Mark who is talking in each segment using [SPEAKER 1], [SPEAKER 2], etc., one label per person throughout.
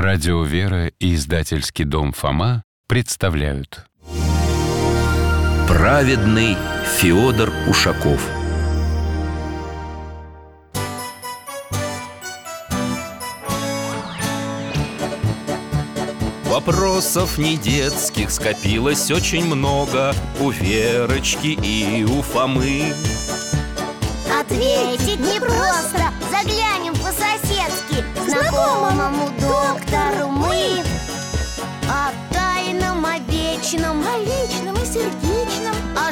[SPEAKER 1] Радио «Вера» и издательский дом «Фома» представляют.
[SPEAKER 2] Праведный Феодор Ушаков Вопросов не детских скопилось очень много У Верочки и у Фомы
[SPEAKER 3] Ответить непросто Заглянем по-соседски к Знакомому доктору мы О тайном, о вечном
[SPEAKER 4] О личном и сердечном,
[SPEAKER 3] О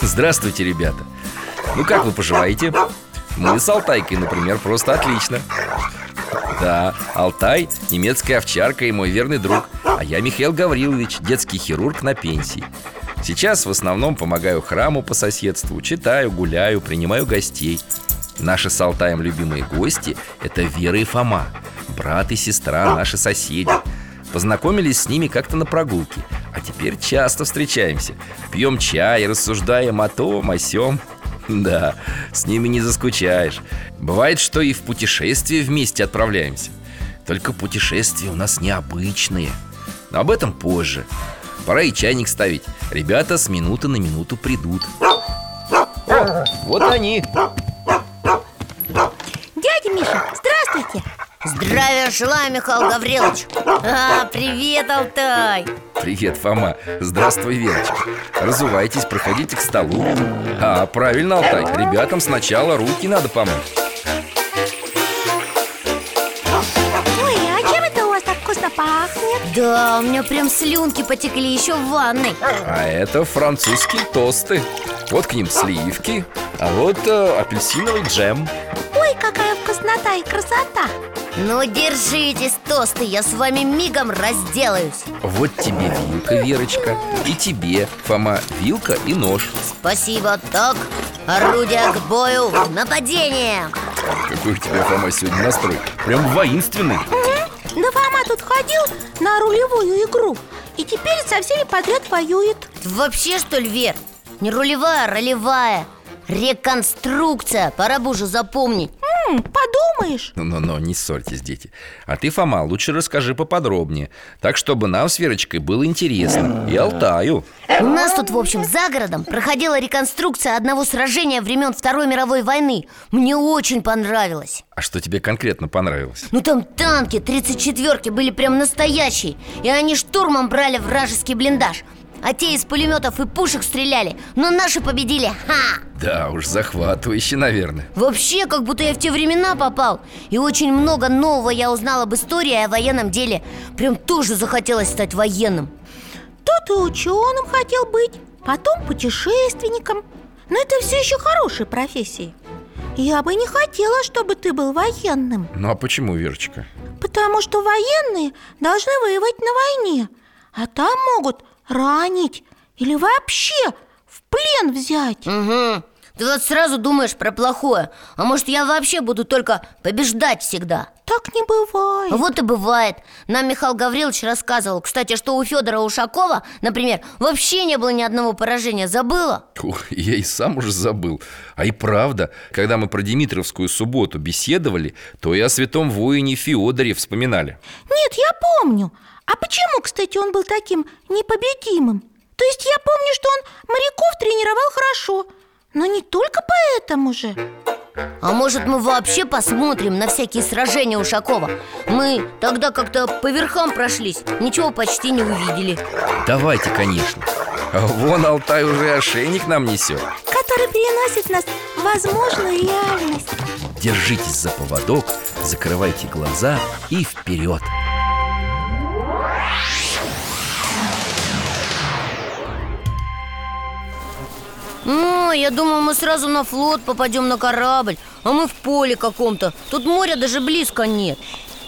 [SPEAKER 2] Здравствуйте, ребята! Ну как вы поживаете? Мы с Алтайкой, например, просто отлично Да, Алтай – немецкая овчарка и мой верный друг А я Михаил Гаврилович, детский хирург на пенсии Сейчас в основном помогаю храму по соседству Читаю, гуляю, принимаю гостей Наши с Алтаем любимые гости – это Вера и Фома Брат и сестра, наши соседи Познакомились с ними как-то на прогулке А теперь часто встречаемся Пьем чай, рассуждаем о том, о сём Да, с ними не заскучаешь Бывает, что и в путешествие вместе отправляемся Только путешествия у нас необычные Но об этом позже Пора и чайник ставить Ребята с минуты на минуту придут О, вот они
[SPEAKER 4] Дядя Миша, здравствуйте
[SPEAKER 3] Здравия желаю, Михаил Гаврилович а, Привет, Алтай
[SPEAKER 2] Привет, Фома. Здравствуй, Верочка. Разувайтесь, проходите к столу. А, правильно, Алтай. Ребятам сначала руки надо помыть.
[SPEAKER 4] Ой, а чем это у вас так вкусно пахнет?
[SPEAKER 3] Да, у меня прям слюнки потекли еще в ванной
[SPEAKER 2] А это французские тосты. Вот к ним сливки, а вот э, апельсиновый джем.
[SPEAKER 4] Ой, какая вкуснота и красота
[SPEAKER 3] Ну, держитесь, тосты, я с вами мигом разделаюсь
[SPEAKER 2] Вот тебе вилка, Верочка. И тебе, Фома, вилка и нож.
[SPEAKER 3] Спасибо, так Орудие к бою, нападение
[SPEAKER 2] Какой у тебя, Фома, сегодня настрой? Прям воинственный.
[SPEAKER 4] Да Фома тут ходил на рулевую игру И теперь со всеми подряд воюет
[SPEAKER 3] Ты вообще, что ли, Вер? Не рулевая, а ролевая Реконструкция, пора бы уже запомнить
[SPEAKER 4] М, Хм, Подумаешь
[SPEAKER 2] Ну-ну-ну, не ссорьтесь, дети А ты, Фома, лучше расскажи поподробнее Так, чтобы нам с Верочкой было интересно И Алтаю
[SPEAKER 3] У нас тут, в общем, за городом проходила реконструкция одного сражения времен Второй мировой войны Мне очень понравилось
[SPEAKER 2] А что тебе конкретно понравилось?
[SPEAKER 3] Ну там танки 34-ки были прям настоящие И они штурмом брали вражеский блиндаж А те из пулеметов и пушек стреляли Но наши победили, ха!
[SPEAKER 2] Да уж, захватывающе, наверное
[SPEAKER 3] Вообще, как будто я в те времена попал И очень много нового я узнал об истории и о военном деле Прям тоже захотелось стать военным
[SPEAKER 4] Тот и ученым хотел быть, потом путешественником Но это все еще хорошие профессии я бы не хотела, чтобы ты был военным
[SPEAKER 2] Ну а почему, Верочка?
[SPEAKER 4] Потому что военные должны воевать на войне А там могут ранить или вообще в плен взять
[SPEAKER 3] Угу Ты вот сразу думаешь про плохое А может, я вообще буду только побеждать всегда
[SPEAKER 4] Так не бывает
[SPEAKER 3] Вот и бывает Нам Михаил Гаврилович рассказывал Кстати, что у Федора Ушакова, например, вообще не было ни одного поражения Забыла?
[SPEAKER 2] Ух, я и сам уже забыл А и правда, когда мы про Димитровскую субботу беседовали То и о святом воине Феодоре вспоминали
[SPEAKER 4] Нет, я помню А почему, кстати, он был таким непобедимым? То есть я помню, что он моряков тренировал хорошо Но не только поэтому же
[SPEAKER 3] А может, мы вообще посмотрим на всякие сражения Ушакова? Мы тогда как-то по верхам прошлись Ничего почти не увидели
[SPEAKER 2] Давайте, конечно А Вон Алтай уже ошейник нам несет
[SPEAKER 4] Который переносит нас в возможную реальность
[SPEAKER 2] Держитесь за поводок, закрывайте глаза и вперед
[SPEAKER 3] М, Ну, я думал, мы сразу на флот попадем на корабль А мы в поле каком-то Тут моря даже близко нет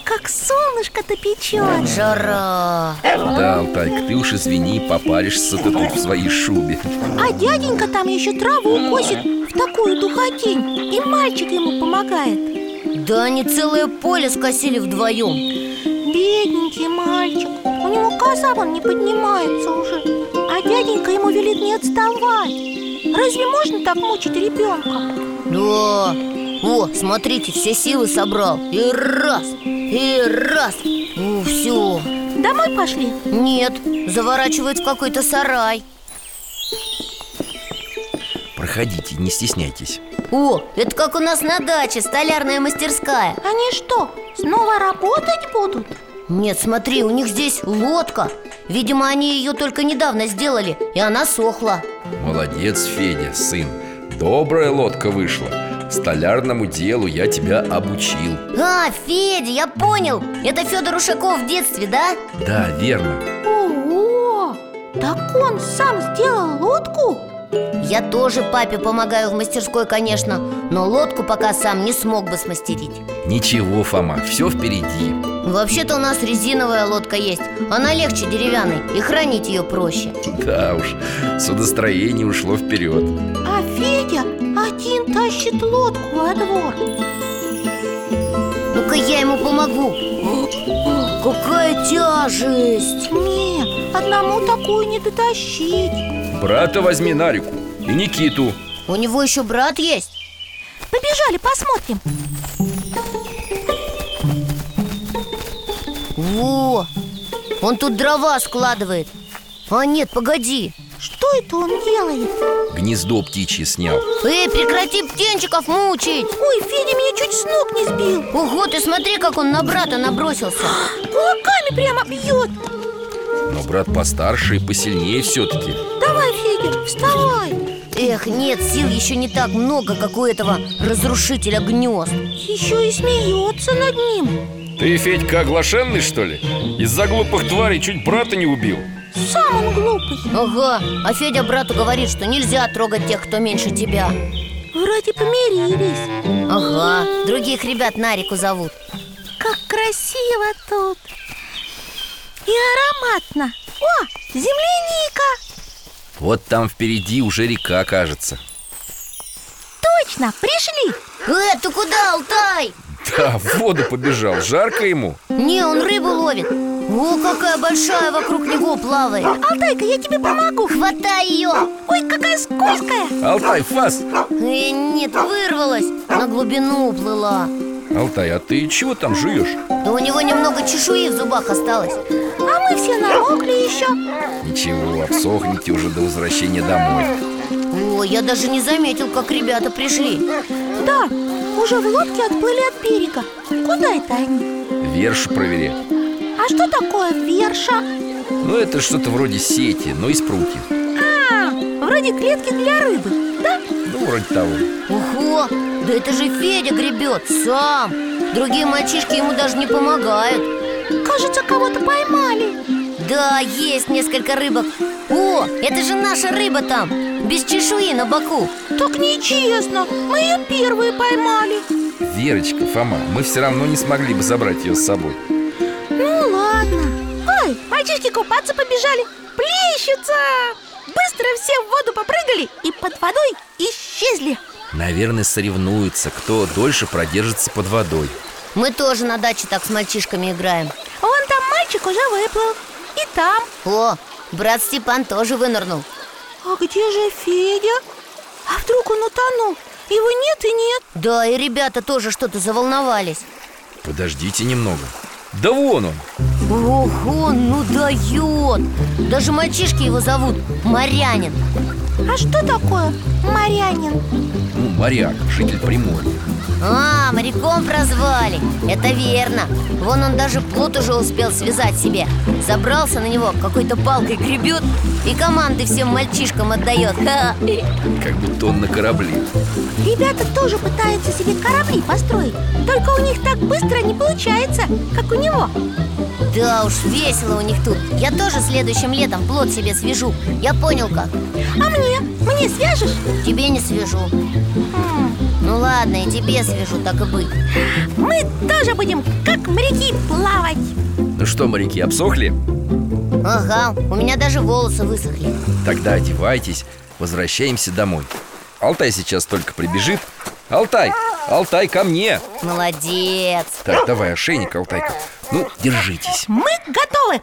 [SPEAKER 4] как солнышко-то печет
[SPEAKER 3] Жара
[SPEAKER 2] Да, Алтайка, ты уж извини, попаришься ты тут в своей шубе
[SPEAKER 4] А дяденька там еще траву косит в такую духотень И мальчик ему помогает
[SPEAKER 3] Да они целое поле скосили вдвоем
[SPEAKER 4] Бедненький мальчик У него коза вон не поднимается уже А дяденька ему велит не отставать Разве можно так мучить ребенка?
[SPEAKER 3] Да О, смотрите, все силы собрал И раз, и раз Ну все
[SPEAKER 4] Домой пошли?
[SPEAKER 3] Нет, заворачивает в какой-то сарай
[SPEAKER 2] Проходите, не стесняйтесь
[SPEAKER 3] О, это как у нас на даче, столярная мастерская
[SPEAKER 4] Они что, снова работать будут?
[SPEAKER 3] Нет, смотри, у них здесь лодка Видимо, они ее только недавно сделали И она сохла
[SPEAKER 2] Молодец, Федя, сын Добрая лодка вышла Столярному делу я тебя обучил
[SPEAKER 3] А, Федя, я понял Это Федор Ушаков в детстве, да?
[SPEAKER 2] Да, верно
[SPEAKER 4] Ого! Так он сам сделал лодку?
[SPEAKER 3] Я тоже папе помогаю в мастерской, конечно Но лодку пока сам не смог бы смастерить
[SPEAKER 2] Ничего, Фома, все впереди
[SPEAKER 3] Вообще-то у нас резиновая лодка есть Она легче деревянной и хранить ее проще
[SPEAKER 2] Да уж, судостроение ушло вперед
[SPEAKER 4] А Федя один тащит лодку во двор
[SPEAKER 3] Ну-ка я ему помогу Какая тяжесть
[SPEAKER 4] Не, одному такую не дотащить
[SPEAKER 2] Брата возьми на реку и Никиту
[SPEAKER 3] У него еще брат есть?
[SPEAKER 4] Побежали, посмотрим
[SPEAKER 3] Во! Он тут дрова складывает А нет, погоди
[SPEAKER 4] Что это он делает?
[SPEAKER 2] Гнездо птичье снял
[SPEAKER 3] Эй, прекрати птенчиков мучить
[SPEAKER 4] Ой, Федя меня чуть с ног не сбил
[SPEAKER 3] Ого, ты смотри, как он на брата набросился
[SPEAKER 4] Кулаками прямо бьет
[SPEAKER 2] Но брат постарше и посильнее все-таки
[SPEAKER 4] Давай, Федя, вставай
[SPEAKER 3] Эх, нет, сил еще не так много, как у этого разрушителя гнезд
[SPEAKER 4] Еще и смеется над ним
[SPEAKER 5] Ты, Федька, оглашенный, что ли? Из-за глупых тварей чуть брата не убил
[SPEAKER 4] Сам он глупый
[SPEAKER 3] Ага, а Федя брату говорит, что нельзя трогать тех, кто меньше тебя
[SPEAKER 4] Вроде помирились
[SPEAKER 3] Ага, других ребят на реку зовут
[SPEAKER 4] Как красиво тут И ароматно О, земляника
[SPEAKER 2] Вот там впереди уже река, кажется
[SPEAKER 4] Точно, пришли
[SPEAKER 3] Э, ты куда, Алтай?
[SPEAKER 2] Да, в воду побежал, жарко ему
[SPEAKER 3] Не, он рыбу ловит О, какая большая вокруг него плавает
[SPEAKER 4] Алтайка, я тебе помогу
[SPEAKER 3] Хватай ее
[SPEAKER 4] Ой, какая скользкая
[SPEAKER 2] Алтай, фас!
[SPEAKER 3] Э, нет, вырвалась На глубину уплыла
[SPEAKER 2] Алтай, а ты чего там жуешь?
[SPEAKER 3] Да у него немного чешуи в зубах осталось
[SPEAKER 4] А мы все намокли еще
[SPEAKER 2] Ничего, обсохните уже до возвращения домой
[SPEAKER 3] О, я даже не заметил, как ребята пришли
[SPEAKER 4] Да, уже в лодке отплыли от берега Куда это они?
[SPEAKER 2] Вершу провери
[SPEAKER 4] А что такое верша?
[SPEAKER 2] Ну это что-то вроде сети, но из прутьев
[SPEAKER 4] А, вроде клетки для рыбы, да?
[SPEAKER 2] Ну, вроде того
[SPEAKER 3] Ого, да это же Федя гребет сам Другие мальчишки ему даже не помогают
[SPEAKER 4] Кажется, кого-то поймали
[SPEAKER 3] Да, есть несколько рыбок О, это же наша рыба там Без чешуи на боку
[SPEAKER 4] Так нечестно, мы ее первые поймали
[SPEAKER 2] Верочка, Фома, мы все равно не смогли бы забрать ее с собой
[SPEAKER 4] Ну ладно Ой, мальчишки купаться побежали Плещутся Быстро все в воду попрыгали И под водой исчезли
[SPEAKER 2] Наверное, соревнуются, кто дольше продержится под водой
[SPEAKER 3] Мы тоже на даче так с мальчишками играем
[SPEAKER 4] Вон там мальчик уже выплыл И там
[SPEAKER 3] О, брат Степан тоже вынырнул
[SPEAKER 4] А где же Федя? А вдруг он утонул? Его нет и нет
[SPEAKER 3] Да, и ребята тоже что-то заволновались
[SPEAKER 2] Подождите немного Да вон он!
[SPEAKER 3] Ого, ну дает Даже мальчишки его зовут Морянин
[SPEAKER 4] А что такое морянин?
[SPEAKER 2] Ну, моряк, житель Приморья
[SPEAKER 3] А, моряком прозвали Это верно Вон он даже плот уже успел связать себе Забрался на него, какой-то палкой гребет И команды всем мальчишкам отдает Ха.
[SPEAKER 2] Как будто он на корабле
[SPEAKER 4] Ребята тоже пытаются себе корабли построить Только у них так быстро не получается, как у него
[SPEAKER 3] Да уж, весело у них тут Я тоже следующим летом плод себе свяжу Я понял как
[SPEAKER 4] А мне? Мне свяжешь?
[SPEAKER 3] Тебе не свяжу
[SPEAKER 4] М,
[SPEAKER 3] Ну ладно, и тебе свяжу, так и быть
[SPEAKER 4] Мы тоже будем, как моряки, плавать
[SPEAKER 2] Ну что, моряки, обсохли?
[SPEAKER 3] Ага, у меня даже волосы высохли
[SPEAKER 2] Тогда одевайтесь, возвращаемся домой Алтай сейчас только прибежит Алтай, Алтай, ко мне
[SPEAKER 3] Молодец
[SPEAKER 2] Так, давай ошейник, Алтайка Ну, держитесь
[SPEAKER 4] Мы готовы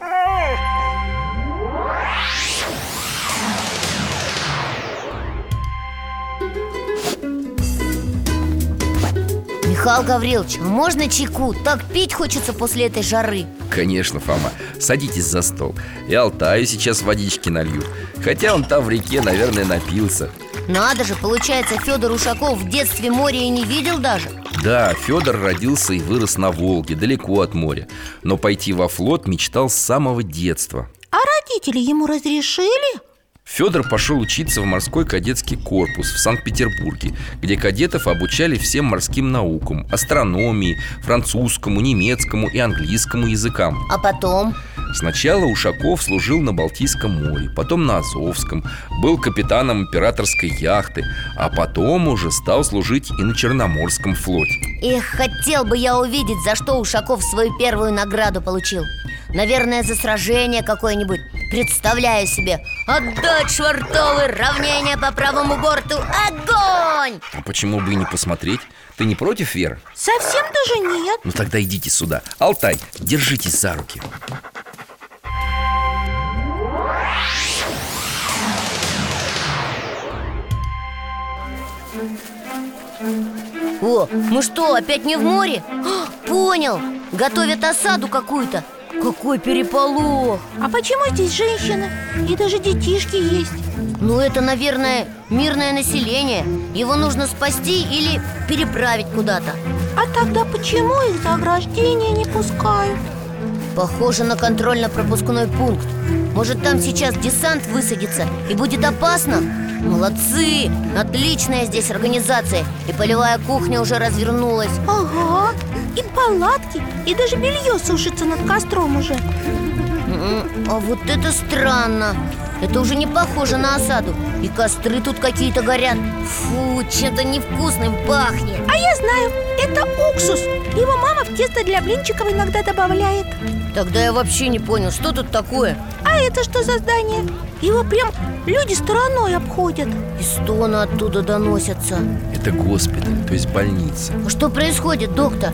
[SPEAKER 3] Михаил Гаврилович, а можно чайку? Так пить хочется после этой жары
[SPEAKER 2] Конечно, Фома, садитесь за стол И Алтаю сейчас водички налью Хотя он там в реке, наверное, напился
[SPEAKER 3] Надо же, получается, Федор Ушаков в детстве море и не видел даже
[SPEAKER 2] Да, Федор родился и вырос на Волге, далеко от моря Но пойти во флот мечтал с самого детства
[SPEAKER 4] А родители ему разрешили?
[SPEAKER 2] Федор пошел учиться в морской кадетский корпус в Санкт-Петербурге, где кадетов обучали всем морским наукам, астрономии, французскому, немецкому и английскому языкам.
[SPEAKER 3] А потом?
[SPEAKER 2] Сначала Ушаков служил на Балтийском море, потом на Азовском, был капитаном императорской яхты, а потом уже стал служить и на Черноморском флоте.
[SPEAKER 3] Эх, хотел бы я увидеть, за что Ушаков свою первую награду получил Наверное, за сражение какое-нибудь Представляю себе Отдать швартовы, равнение по правому борту Огонь!
[SPEAKER 2] А почему бы и не посмотреть? Ты не против, Вера?
[SPEAKER 4] Совсем даже нет
[SPEAKER 2] Ну тогда идите сюда. Алтай, держитесь за руки.
[SPEAKER 3] О, мы что, опять не в море? А, понял, готовят осаду какую-то Какой переполох
[SPEAKER 4] А почему здесь женщины? И даже детишки есть
[SPEAKER 3] Ну это, наверное, мирное население Его нужно спасти или переправить куда-то
[SPEAKER 4] А тогда почему их за ограждение не пускают?
[SPEAKER 3] Похоже на контрольно-пропускной пункт Может там сейчас десант высадится и будет опасно? Молодцы! Отличная здесь организация И полевая кухня уже развернулась
[SPEAKER 4] Ага, и палатки, и даже белье сушится над костром уже
[SPEAKER 3] М, А вот это странно Это уже не похоже на осаду И костры тут какие-то горят Фу, чем-то невкусным пахнет
[SPEAKER 4] А я знаю, это уксус Его мама в тесто для блинчиков иногда добавляет
[SPEAKER 3] Тогда я вообще не понял, что тут такое?
[SPEAKER 4] А это что за здание? Его прям люди стороной обходят
[SPEAKER 3] И стоны оттуда доносятся
[SPEAKER 2] Это госпиталь, то есть больница.
[SPEAKER 3] А что происходит, доктор?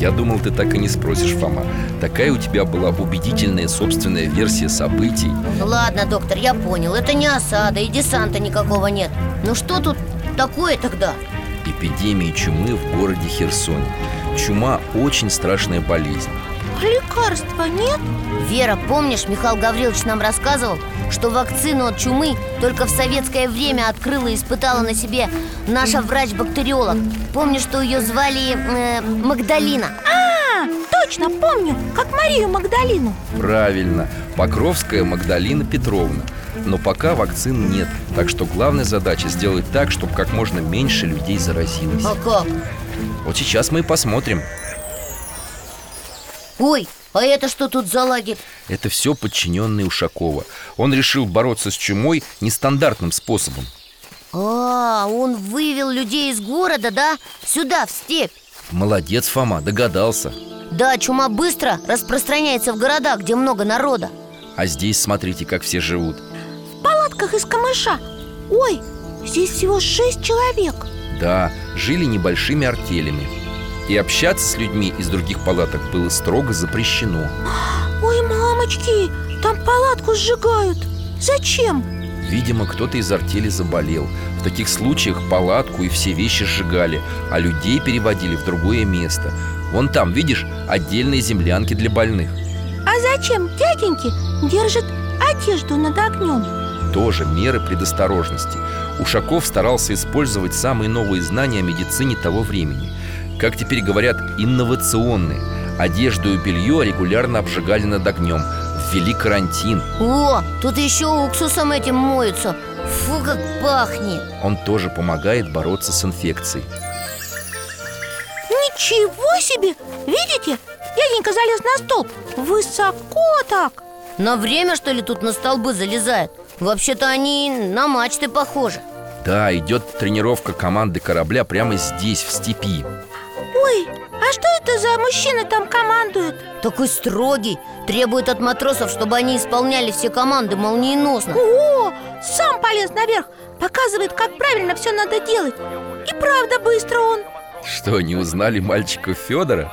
[SPEAKER 2] Я думал, ты так и не спросишь, Фома. Такая у тебя была бы убедительная собственная версия событий.
[SPEAKER 3] Ну Ладно, доктор, я понял Это не осада и десанта никакого нет Ну что тут такое тогда?
[SPEAKER 2] Эпидемии чумы в городе Херсоне. Чума – очень страшная болезнь.
[SPEAKER 4] А лекарства нет?
[SPEAKER 3] Вера, помнишь, Михаил Гаврилович нам рассказывал Что вакцину от чумы только в советское время открыла и испытала на себе Наша врач-бактериолог Помню, что ее звали э, Магдалина
[SPEAKER 4] А, точно, помню, как Марию Магдалину
[SPEAKER 2] Правильно, Покровская Магдалина Петровна. Но пока вакцин нет, так что главная задача сделать так, чтобы как можно меньше людей заразилось.
[SPEAKER 3] А как?
[SPEAKER 2] Вот сейчас мы и посмотрим.
[SPEAKER 3] Ой, а это что тут за лагерь?
[SPEAKER 2] Это все подчиненный Ушакова. Он решил бороться с чумой нестандартным способом.
[SPEAKER 3] А, он вывел людей из города, да? Сюда, в степь
[SPEAKER 2] Молодец, Фома, догадался.
[SPEAKER 3] Да, чума быстро распространяется в города, где много народа
[SPEAKER 2] А здесь смотрите, как все живут.
[SPEAKER 4] В палатках из камыша Ой, здесь всего шесть человек
[SPEAKER 2] Да, жили небольшими артелями. И общаться с людьми из других палаток было строго запрещено.
[SPEAKER 4] Ой, мамочки, там палатку сжигают Зачем?
[SPEAKER 2] Видимо, кто-то из артели заболел. В таких случаях палатку и все вещи сжигали, а людей переводили в другое место. Вон там, видишь, отдельные землянки для больных.
[SPEAKER 4] А зачем дяденьки держат одежду над огнем?
[SPEAKER 2] Тоже меры предосторожности. Ушаков старался использовать самые новые знания о медицине того времени. Как теперь говорят, инновационные. Одежду и белье регулярно обжигали над огнем. Ввели карантин.
[SPEAKER 3] О, тут еще уксусом этим моются Фу, как пахнет
[SPEAKER 2] Он тоже помогает бороться с инфекцией.
[SPEAKER 4] Ничего себе! Видите? Дяденька залез на столб Высоко так
[SPEAKER 3] На время, что ли, тут на столбы залезают? Вообще-то они на мачты похожи
[SPEAKER 2] Да, идет тренировка команды корабля прямо здесь, в степи
[SPEAKER 4] Ой, а что это за мужчина там командует?
[SPEAKER 3] Такой строгий Требует от матросов, чтобы они исполняли все команды молниеносно
[SPEAKER 4] О, сам полез наверх Показывает, как правильно все надо делать И правда быстро он
[SPEAKER 2] Что, не узнали мальчика Федора?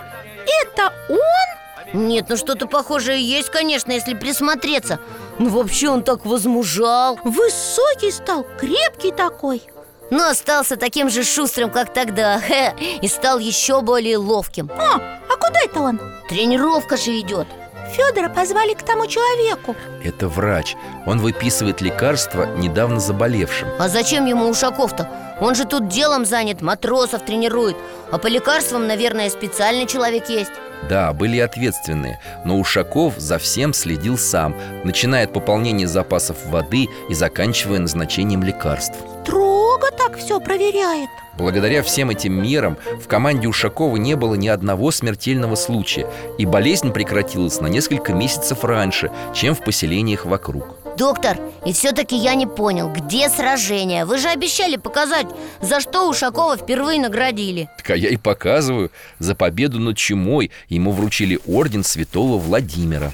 [SPEAKER 4] Это он?
[SPEAKER 3] Нет, ну что-то похожее есть, конечно, если присмотреться Ну вообще он так возмужал
[SPEAKER 4] Высокий стал, крепкий такой
[SPEAKER 3] Но Ну, остался таким же шустрым, как тогда хе, И стал еще более ловким
[SPEAKER 4] О, а куда это он?
[SPEAKER 3] Тренировка же идет
[SPEAKER 4] Федора позвали к тому человеку
[SPEAKER 2] Это врач. Он выписывает лекарства недавно заболевшим.
[SPEAKER 3] А зачем ему Ушаков-то? Он же тут делом занят, матросов тренирует А по лекарствам, наверное, специальный человек есть
[SPEAKER 2] Да, были и ответственные, но Ушаков за всем следил сам, начиная от пополнения запасов воды и заканчивая назначением лекарств.
[SPEAKER 4] Строго так все проверяет
[SPEAKER 2] Благодаря всем этим мерам в команде Ушакова не было ни одного смертельного случая, и болезнь прекратилась на несколько месяцев раньше, чем в поселениях вокруг.
[SPEAKER 3] Доктор, и все-таки я не понял, где сражение? Вы же обещали показать, за что Ушакова впервые наградили
[SPEAKER 2] Так а я и показываю, за победу над чумой ему вручили орден святого Владимира.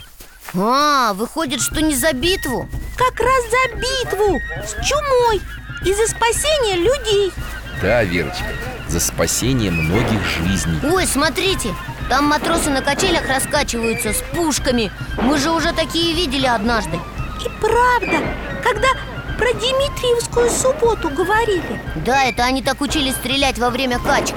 [SPEAKER 3] А, выходит, что не за битву?
[SPEAKER 4] Как раз за битву с чумой И за спасение людей
[SPEAKER 2] Да, Верочка, за спасение многих жизней.
[SPEAKER 3] Ой, смотрите, там матросы на качелях раскачиваются с пушками Мы же уже такие видели однажды
[SPEAKER 4] И правда, когда про Дмитриевскую субботу говорили
[SPEAKER 3] Да, это они так учились стрелять во время качки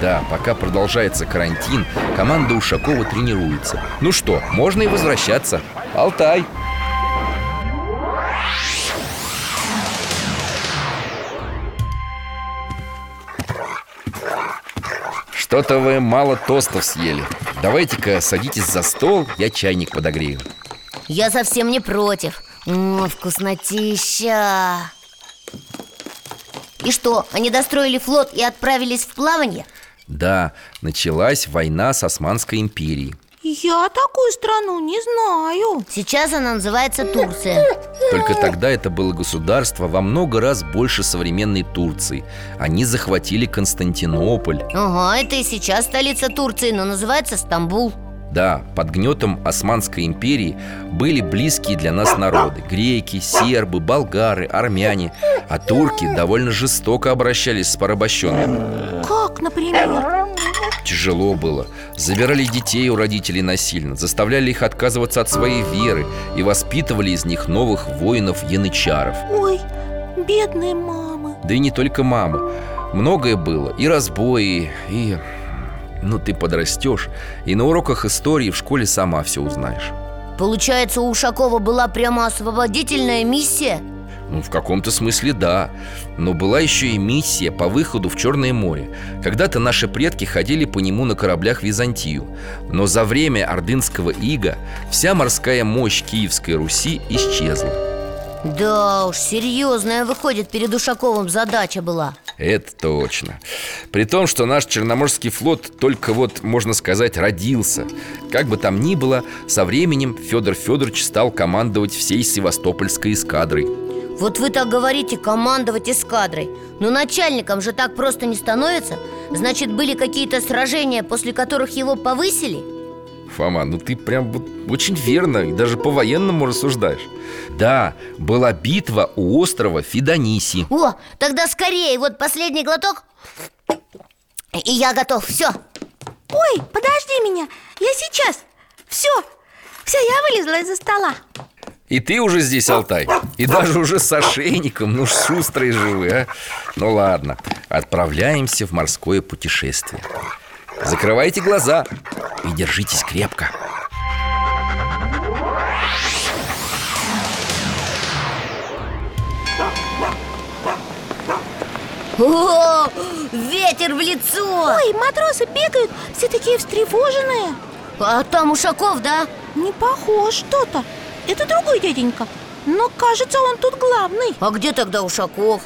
[SPEAKER 2] Да, пока продолжается карантин, команда Ушакова тренируется. Ну что, можно и возвращаться. Алтай! Что-то вы мало тостов съели. Давайте-ка садитесь за стол, я чайник подогрею.
[SPEAKER 3] Я совсем не против М, Вкуснотища И что, они достроили флот и отправились в плавание?
[SPEAKER 2] Да, началась война с Османской империей.
[SPEAKER 4] Я такую страну не знаю
[SPEAKER 3] Сейчас она называется Турция
[SPEAKER 2] Только тогда это было государство во много раз больше современной Турции. Они захватили Константинополь.
[SPEAKER 3] Ага, это и сейчас столица Турции, но называется Стамбул
[SPEAKER 2] Да, под гнетом Османской империи были близкие для нас народы Греки, сербы, болгары, армяне А турки довольно жестоко обращались с порабощенными
[SPEAKER 4] Как, например?
[SPEAKER 2] Тяжело было Забирали детей у родителей насильно Заставляли их отказываться от своей веры И воспитывали из них новых воинов-янычаров
[SPEAKER 4] Ой, бедные мамы
[SPEAKER 2] Да и не только мамы Многое было И разбои, и... Ну, ты подрастешь И на уроках истории в школе сама все узнаешь
[SPEAKER 3] Получается, у Ушакова была прямо освободительная миссия?
[SPEAKER 2] Ну, в каком-то смысле да. Но была еще и миссия по выходу в Черное море. Когда-то наши предки ходили по нему на кораблях в Византию. Но за время Ордынского ига вся морская мощь Киевской Руси исчезла.
[SPEAKER 3] Да уж, серьезная, выходит, перед Ушаковым задача была
[SPEAKER 2] Это точно. При том, что наш Черноморский флот только вот, можно сказать, родился. Как бы там ни было, со временем Федор Федорович стал командовать всей Севастопольской эскадрой.
[SPEAKER 3] Вот вы так говорите, командовать эскадрой Но начальником же так просто не становится Значит, были какие-то сражения, после которых его повысили?
[SPEAKER 2] Фома, ну ты прям вот очень верно и даже по-военному рассуждаешь Да, была битва у острова Фидониси
[SPEAKER 3] О, тогда скорее, вот последний глоток И я готов, все
[SPEAKER 4] Ой, подожди меня, я сейчас Все, все, я вылезла из-за стола
[SPEAKER 2] И ты уже здесь, Алтай И даже уже с ошейником, ну шустрые же вы, а Ну ладно, отправляемся в морское путешествие Закрывайте глаза и держитесь крепко
[SPEAKER 3] О, ветер в лицо
[SPEAKER 4] Ой, матросы бегают, все такие встревоженные
[SPEAKER 3] А там Ушаков, да?
[SPEAKER 4] Не похож что-то Это другой дяденька Но кажется, он тут главный
[SPEAKER 3] А где тогда Ушаков?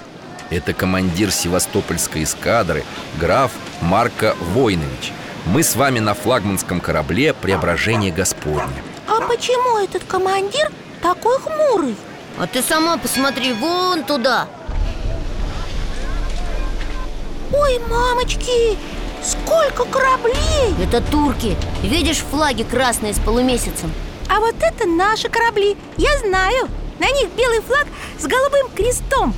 [SPEAKER 2] Это командир Севастопольской эскадры граф Марко Войнович. Мы с вами на флагманском корабле «Преображение Господне».
[SPEAKER 4] А почему этот командир такой хмурый?
[SPEAKER 3] А ты сама посмотри вон туда
[SPEAKER 4] Ой, мамочки, сколько кораблей!
[SPEAKER 3] Это турки Видишь флаги красные с полумесяцем?
[SPEAKER 4] А вот это наши корабли, я знаю На них белый флаг с голубым крестом,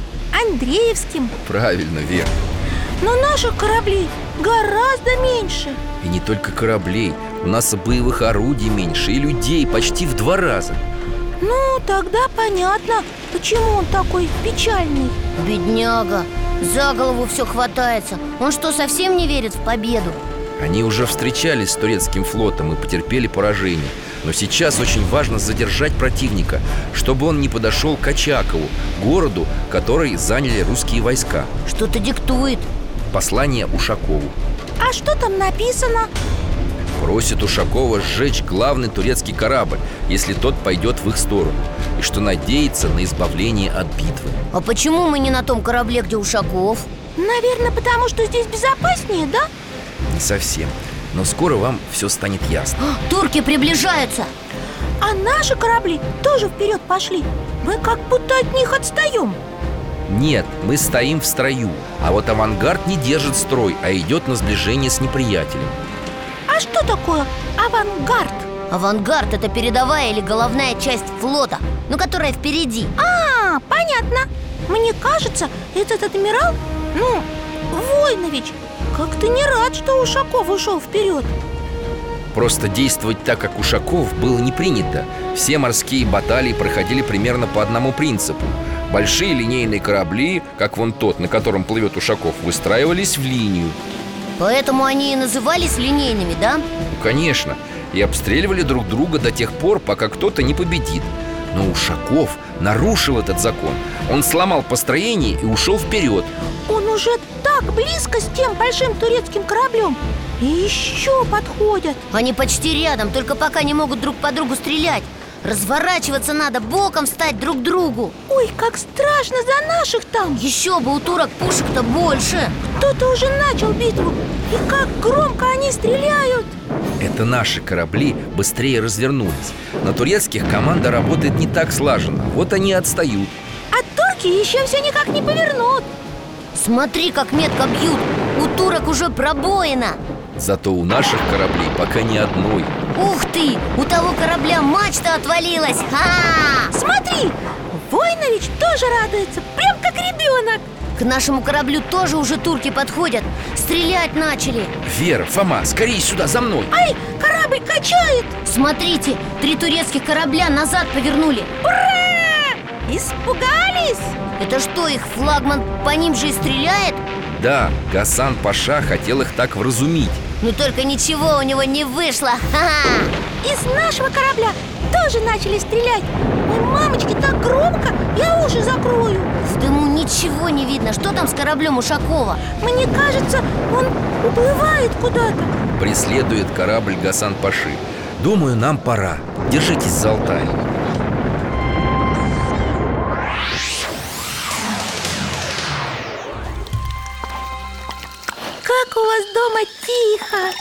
[SPEAKER 4] Андреевским
[SPEAKER 2] Правильно, Вер
[SPEAKER 4] Но наших кораблей гораздо меньше
[SPEAKER 2] И не только кораблей У нас и боевых орудий меньше И людей почти в два раза
[SPEAKER 4] Ну, тогда понятно, почему он такой печальный
[SPEAKER 3] Бедняга За голову все хватается Он что, совсем не верит в победу?
[SPEAKER 2] Они уже встречались с турецким флотом и потерпели поражение Но сейчас очень важно задержать противника Чтобы он не подошел к Очакову Городу, который заняли русские войска
[SPEAKER 3] Что-то диктует
[SPEAKER 2] Послание Ушакову
[SPEAKER 4] А что там написано?
[SPEAKER 2] Просит Ушакова сжечь главный турецкий корабль Если тот пойдет в их сторону И что надеется на избавление от битвы
[SPEAKER 3] А почему мы не на том корабле, где Ушаков?
[SPEAKER 4] Наверное, потому что здесь безопаснее, да?
[SPEAKER 2] Не совсем Но скоро вам все станет ясно
[SPEAKER 3] А, Турки приближаются
[SPEAKER 4] А наши корабли тоже вперед пошли Мы как будто от них отстаем
[SPEAKER 2] Нет, мы стоим в строю А вот авангард не держит строй, а идет на сближение с неприятелем
[SPEAKER 4] А что такое авангард?
[SPEAKER 3] Авангард – это передовая или головная часть флота Ну, которая впереди
[SPEAKER 4] А, понятно Мне кажется, этот адмирал, ну, Войнович Как-то не рад, что Ушаков ушел вперед
[SPEAKER 2] Просто действовать так, как Ушаков, было не принято Все морские баталии проходили примерно по одному принципу Большие линейные корабли, как вон тот, на котором плывет Ушаков, выстраивались в линию
[SPEAKER 3] Поэтому они и назывались линейными, да?
[SPEAKER 2] Ну, конечно, и обстреливали друг друга до тех пор, пока кто-то не победит. Но Ушаков нарушил этот закон. Он сломал построение и ушел вперед.
[SPEAKER 4] Он уже так близко с тем большим турецким кораблем И еще подходят
[SPEAKER 3] Они почти рядом, только пока не могут друг по другу стрелять Разворачиваться надо, боком встать друг к другу
[SPEAKER 4] Ой, как страшно за наших там
[SPEAKER 3] Еще бы у турок пушек-то больше
[SPEAKER 4] Кто-то уже начал битву И как громко они стреляют
[SPEAKER 2] Это наши корабли быстрее развернулись. На турецких команда работает не так слаженно. Вот они и отстают.
[SPEAKER 4] А турки еще все никак не повернут
[SPEAKER 3] Смотри, как метко бьют У турок уже пробоина
[SPEAKER 2] Зато у наших кораблей пока ни одной.
[SPEAKER 3] Ух ты, у того корабля мачта отвалилась Ха!
[SPEAKER 4] Смотри, Войнович тоже радуется, прям как ребенок
[SPEAKER 3] К нашему кораблю тоже уже турки подходят Стрелять начали
[SPEAKER 2] Вера, Фома, скорее сюда, за мной.
[SPEAKER 4] Ай, корабль качает
[SPEAKER 3] Смотрите, три турецких корабля назад повернули
[SPEAKER 4] Ура! Испугались?
[SPEAKER 3] Это что, их флагман по ним же и стреляет?
[SPEAKER 2] Да, Гасан Паша хотел их так вразумить.
[SPEAKER 3] Ну только ничего у него не вышло Ха-ха!
[SPEAKER 4] Из нашего корабля тоже начали стрелять Ой, мамочки, так громко, я уши закрою
[SPEAKER 3] В дыму ничего не видно Что там с кораблем Ушакова?
[SPEAKER 4] Мне кажется, он уплывает куда-то
[SPEAKER 2] Преследует корабль Гасан Паши. Думаю, нам пора. Держитесь за Алтай.
[SPEAKER 4] Как у вас дома тихо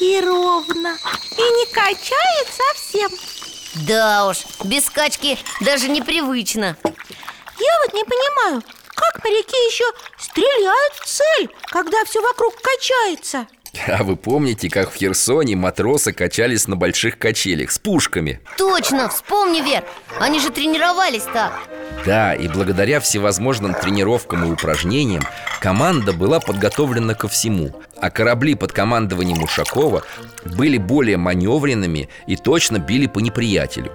[SPEAKER 4] и ровно И не качает совсем
[SPEAKER 3] Да уж, без скачки даже непривычно
[SPEAKER 4] Я вот не понимаю, как моряки еще стреляют в цель, когда все вокруг качается
[SPEAKER 2] А вы помните, как в Херсоне матросы качались на больших качелях с пушками?
[SPEAKER 3] Точно, вспомни, Вер Они же тренировались так
[SPEAKER 2] Да, и благодаря всевозможным тренировкам и упражнениям команда была подготовлена ко всему, а корабли под командованием Ушакова были более маневренными и точно били по неприятелю.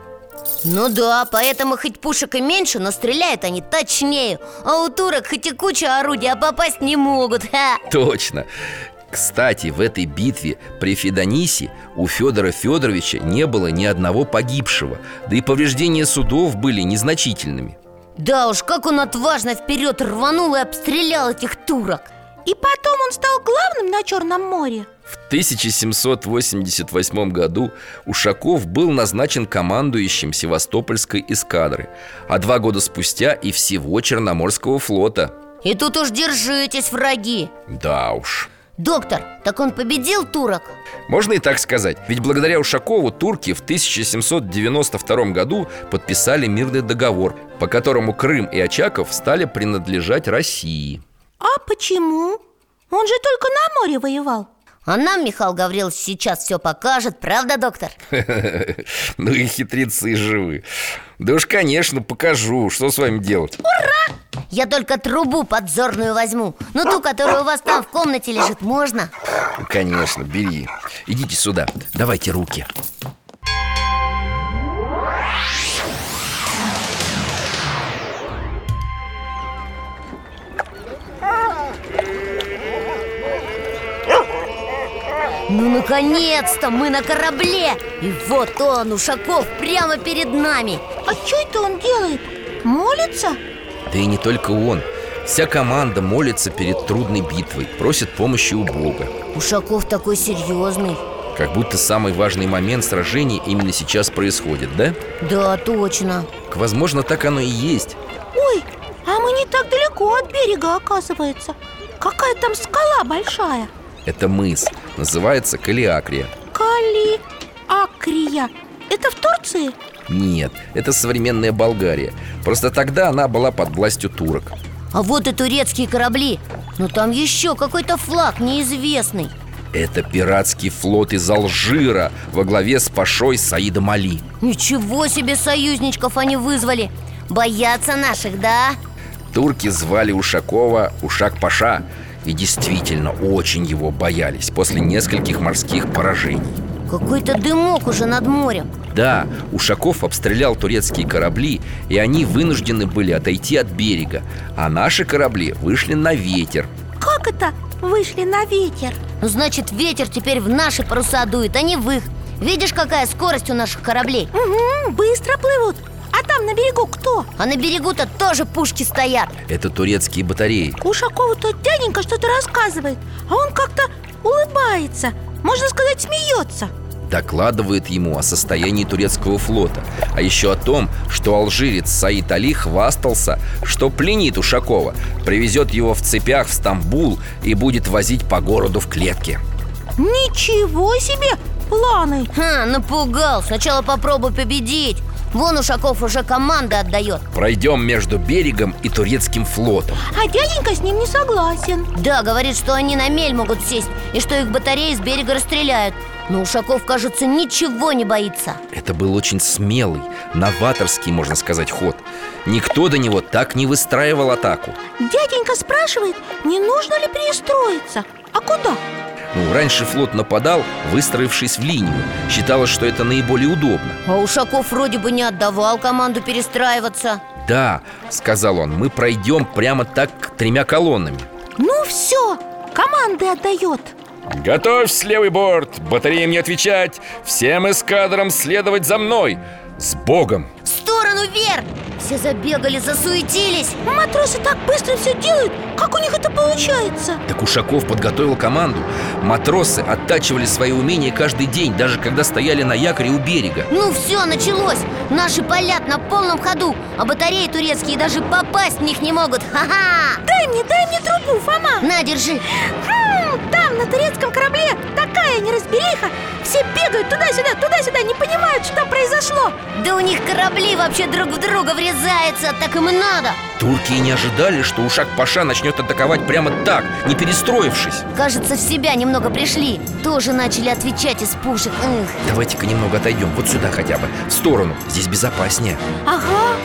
[SPEAKER 3] Ну да, поэтому хоть пушек и меньше, но стреляют они точнее А у турок хоть и куча орудий, а попасть не могут Ха!
[SPEAKER 2] Точно. Кстати, в этой битве при Федонисе у Федора Федоровича не было ни одного погибшего, да и повреждения судов были незначительными.
[SPEAKER 3] Да уж, как он отважно вперед рванул и обстрелял этих турок
[SPEAKER 4] И потом он стал главным на Черном море
[SPEAKER 2] В 1788 году Ушаков был назначен командующим Севастопольской эскадры, а два года спустя и всего Черноморского флота.
[SPEAKER 3] И тут уж держитесь, враги
[SPEAKER 2] Да уж.
[SPEAKER 3] Доктор, так он победил турок?
[SPEAKER 2] Можно и так сказать, ведь благодаря Ушакову турки в 1792 году подписали мирный договор, по которому Крым и Очаков стали принадлежать России.
[SPEAKER 4] А почему? Он же только на море воевал
[SPEAKER 3] А нам Михаил Гаврилович сейчас все покажет, правда, доктор?
[SPEAKER 2] Ну и хитрецы живы Да уж, конечно, покажу, что с вами делать
[SPEAKER 3] Я только трубу подзорную возьму Ну ту, которая у вас там в комнате лежит, можно?
[SPEAKER 2] Ну, Конечно, бери Идите сюда, давайте руки
[SPEAKER 3] Ну, наконец-то мы на корабле И вот он, Ушаков, прямо перед нами
[SPEAKER 4] А что это он делает? Молится?
[SPEAKER 2] Да и не только он Вся команда молится перед трудной битвой Просит помощи у Бога
[SPEAKER 3] Ушаков такой серьезный
[SPEAKER 2] Как будто самый важный момент сражения именно сейчас происходит, да?
[SPEAKER 3] Да, точно
[SPEAKER 2] Так, Возможно, так оно и есть
[SPEAKER 4] Ой, а мы не так далеко от берега, оказывается Какая там скала большая
[SPEAKER 2] Это мыс, называется Калиакрия
[SPEAKER 4] Кали... Акрия Это в Турции?
[SPEAKER 2] Нет, это современная Болгария Просто тогда она была под властью турок
[SPEAKER 3] А вот и турецкие корабли Но там еще какой-то флаг неизвестный
[SPEAKER 2] Это пиратский флот из Алжира во главе с Пашой Саидом Али
[SPEAKER 3] Ничего себе союзничков они вызвали Боятся наших, да?
[SPEAKER 2] Турки звали Ушакова Ушак Паша И действительно очень его боялись после нескольких морских поражений
[SPEAKER 3] Какой-то дымок уже над морем
[SPEAKER 2] Да, Ушаков обстрелял турецкие корабли И они вынуждены были отойти от берега А наши корабли вышли на ветер
[SPEAKER 4] Как это вышли на ветер?
[SPEAKER 3] Ну, значит, ветер теперь в наши паруса дует, а не в их Видишь, какая скорость у наших кораблей?
[SPEAKER 4] Угу, быстро плывут А там на берегу кто?
[SPEAKER 3] А на берегу-то тоже пушки стоят
[SPEAKER 2] Это турецкие батареи
[SPEAKER 4] Ушакову тот дяденька что-то рассказывает А он как-то улыбается Можно сказать, смеется
[SPEAKER 2] докладывает ему о состоянии турецкого флота, а еще о том, что алжирец Саид Али хвастался, что пленит Ушакова, привезет его в цепях в Стамбул и будет возить по городу в клетке.
[SPEAKER 4] Ничего себе планы
[SPEAKER 3] Ха, напугал, сначала попробуй победить Вон Ушаков уже команды отдает
[SPEAKER 2] Пройдем между берегом и турецким флотом.
[SPEAKER 4] А дяденька с ним не согласен
[SPEAKER 3] Да, говорит, что они на мель могут сесть И что их батареи с берега расстреляют Но Ушаков, кажется, ничего не боится
[SPEAKER 2] Это был очень смелый, новаторский, можно сказать, ход. Никто до него так не выстраивал атаку.
[SPEAKER 4] Дяденька спрашивает, не нужно ли перестроиться А куда?
[SPEAKER 2] Ну, раньше флот нападал, выстроившись в линию. Считалось, что это наиболее удобно.
[SPEAKER 3] А Ушаков вроде бы не отдавал команду перестраиваться
[SPEAKER 2] Да, сказал он, мы пройдем прямо так тремя колоннами.
[SPEAKER 4] Ну все, команды отдает
[SPEAKER 5] Готовь левый борт, батареям не отвечать Всем эскадрам следовать за мной С Богом!
[SPEAKER 3] В сторону вверх! Все забегали, засуетились
[SPEAKER 4] Матросы так быстро все делают, как у них это получается
[SPEAKER 2] Так Ушаков подготовил команду. Матросы оттачивали свои умения каждый день, даже когда стояли на якоре у берега.
[SPEAKER 3] Ну все, началось! Наши палят на полном ходу А батареи турецкие даже попасть в них не могут Ха-ха!
[SPEAKER 4] Дай мне, дай мне трубу, Фома
[SPEAKER 3] На, держи!
[SPEAKER 4] Хм, Там на турецком корабле такая неразбериха Все бегают туда-сюда, туда-сюда, не понимают, что произошло
[SPEAKER 3] Да у них корабли вообще друг в друга врезаются Так им и надо
[SPEAKER 2] Турки и не ожидали, что Ушак Паша начнет атаковать прямо так, не перестроившись.
[SPEAKER 3] Кажется, в себя немного пришли Тоже начали отвечать из пушек Эх.
[SPEAKER 2] Давайте-ка немного отойдем, вот сюда хотя бы, в сторону. Здесь безопаснее.
[SPEAKER 4] Ага,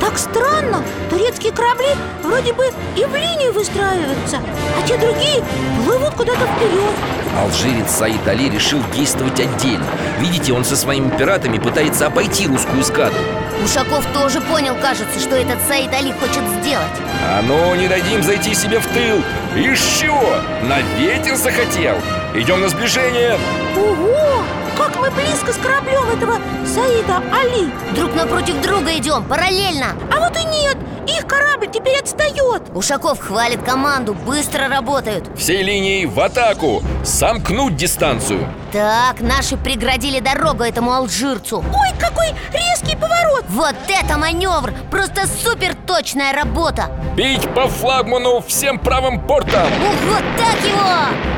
[SPEAKER 4] так странно Турецкие корабли вроде бы и в линию выстраиваются А те другие плывут куда-то вперед
[SPEAKER 2] Алжирец Саид Али решил действовать отдельно. Видите, он со своими пиратами пытается обойти русскую эскадру.
[SPEAKER 3] Ушаков тоже понял, кажется, что этот Саид Али хочет сделать
[SPEAKER 5] А ну, не дадим зайти себе в тыл И с чего? На ветер захотел? Идем на сближение
[SPEAKER 4] Ого, как мы близко с кораблем этого Саида Али
[SPEAKER 3] Друг напротив друга идем, параллельно
[SPEAKER 4] А вот и нет, их корабль теперь отстает
[SPEAKER 3] Ушаков хвалит команду, быстро работают
[SPEAKER 5] Всей линией в атаку Сомкнуть дистанцию
[SPEAKER 3] Так, наши преградили дорогу этому алжирцу
[SPEAKER 4] Ой, какой резкий поворот
[SPEAKER 3] Вот это маневр! Просто супер точная работа!
[SPEAKER 5] Бить по флагману всем правым портом
[SPEAKER 3] Ух, вот так его!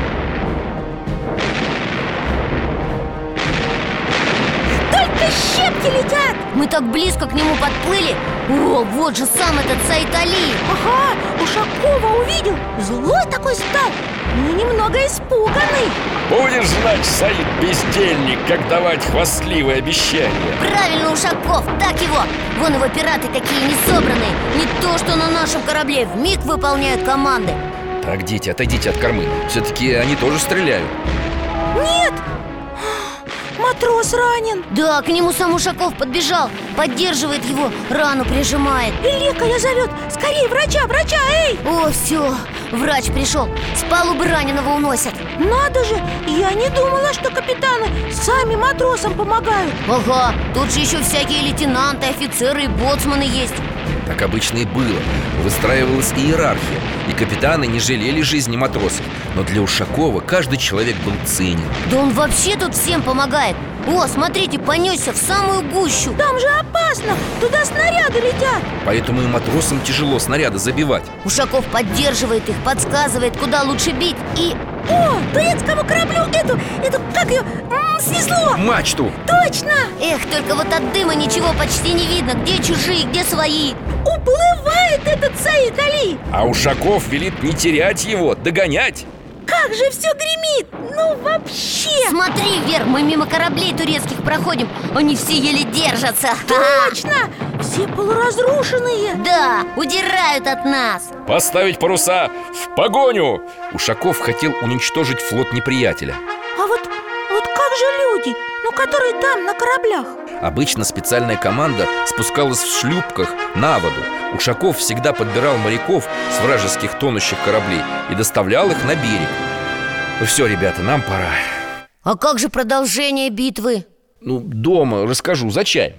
[SPEAKER 4] Только щепки летят
[SPEAKER 3] Мы так близко к нему подплыли О, вот же сам этот Саид Али
[SPEAKER 4] Ага, Ушакова увидел Злой такой стал Ну, немного испуганный
[SPEAKER 5] Будешь знать, Саид бездельник, как давать хвастливые обещания
[SPEAKER 3] Правильно, Ушаков, так его Вон его пираты какие не собранные Не то, что на нашем корабле Вмиг выполняют команды
[SPEAKER 2] Так, дети, отойдите от кормы Все-таки они тоже стреляют
[SPEAKER 4] Нет, матрос ранен
[SPEAKER 3] Да, к нему сам Ушаков подбежал Поддерживает его, рану прижимает
[SPEAKER 4] Лика ее зовет Скорее, врача, врача, эй
[SPEAKER 3] О, все, врач пришел С палубы раненого уносят
[SPEAKER 4] Надо же, я не думала, что капитаны сами матросам помогают
[SPEAKER 3] Ага, тут же еще всякие лейтенанты, офицеры и боцманы есть
[SPEAKER 2] Так обычно и было Выстраивалась иерархия И капитаны не жалели жизни матросов Но для Ушакова каждый человек был ценен
[SPEAKER 3] Да он вообще тут всем помогает О, смотрите, понесся в самую гущу
[SPEAKER 4] Там же опасно, туда снаряды летят
[SPEAKER 2] Поэтому и матросам тяжело снаряды забивать
[SPEAKER 3] Ушаков поддерживает их, подсказывает, куда лучше бить И
[SPEAKER 4] О, турецкому кораблю эту, эту, как ее, м, снесло
[SPEAKER 2] Мачту!
[SPEAKER 4] Точно,
[SPEAKER 3] Эх, только вот от дыма ничего почти не видно Где чужие, где свои
[SPEAKER 4] уплывает этот Саид Али
[SPEAKER 5] А Ушаков велит не терять его, догонять
[SPEAKER 4] Как же все гремит, ну вообще
[SPEAKER 3] Смотри, Вер, мы мимо кораблей турецких проходим Они все еле держатся
[SPEAKER 4] Точно, все полуразрушенные
[SPEAKER 3] Да, удирают от нас
[SPEAKER 5] Поставить паруса в погоню
[SPEAKER 2] Ушаков хотел уничтожить флот неприятеля
[SPEAKER 4] А вот, вот как же люди, ну которые там на кораблях
[SPEAKER 2] Обычно специальная команда спускалась в шлюпках на воду. Ушаков всегда подбирал моряков с вражеских тонущих кораблей и доставлял их на берег. Ну все, ребята, нам пора.
[SPEAKER 3] А как же продолжение битвы?
[SPEAKER 2] Ну, дома расскажу за чаем.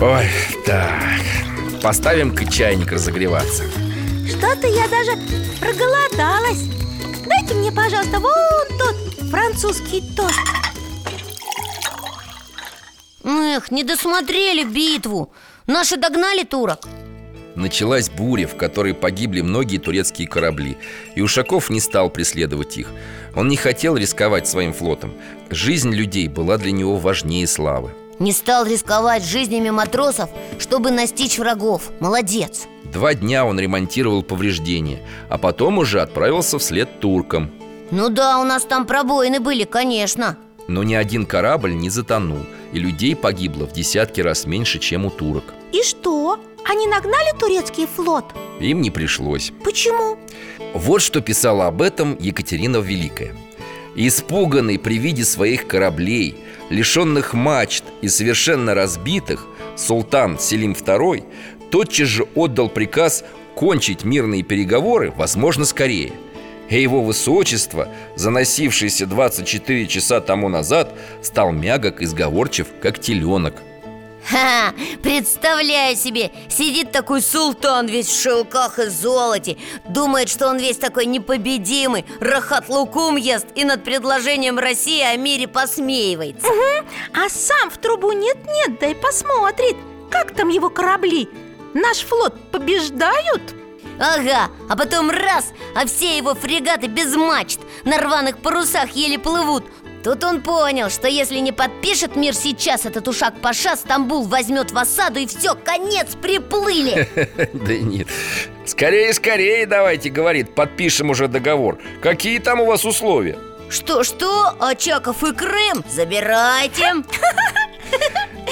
[SPEAKER 2] Ой, так. Поставим-ка чайник разогреваться.
[SPEAKER 4] Что-то я даже проголодалась Дайте мне, пожалуйста, вон тот французский тост
[SPEAKER 3] Эх, не досмотрели битву Наши догнали турок?
[SPEAKER 2] Началась буря, в которой погибли многие турецкие корабли И Ушаков не стал преследовать их Он не хотел рисковать своим флотом Жизнь людей была для него важнее славы
[SPEAKER 3] Не стал рисковать жизнями матросов, чтобы настичь врагов Молодец
[SPEAKER 2] Два дня он ремонтировал повреждения А потом уже отправился вслед туркам
[SPEAKER 3] Ну да, у нас там пробоины были, конечно
[SPEAKER 2] Но ни один корабль не затонул И людей погибло в десятки раз меньше, чем у турок
[SPEAKER 4] И что, они нагнали турецкий флот?
[SPEAKER 2] Им не пришлось
[SPEAKER 4] Почему?
[SPEAKER 2] Вот что писала об этом Екатерина Великая. Испуганный при виде своих кораблей, лишенных мачт и совершенно разбитых, султан Селим II тотчас же отдал приказ кончить мирные переговоры, возможно, скорее. И его высочество, заносившееся 24 часа тому назад, стал мягок и сговорчив, как теленок.
[SPEAKER 3] Ха, представляю себе, сидит такой султан весь в шелках и золоте Думает, что он весь такой непобедимый, рахат лукум ест И над предложением России о мире посмеивается
[SPEAKER 4] А сам в трубу нет-нет, да и посмотрит Как там его корабли? Наш флот побеждают?
[SPEAKER 3] Ага, а потом раз, а все его фрегаты без мачт На рваных парусах еле плывут Тут он понял, что если не подпишет мир сейчас этот ушак Паша, Стамбул возьмет в осаду и все, конец, приплыли
[SPEAKER 2] Да нет,
[SPEAKER 5] Скорее, скорее давайте, говорит, подпишем уже договор Какие там у вас условия?
[SPEAKER 3] Что-что? Очаков А и Крым забирайте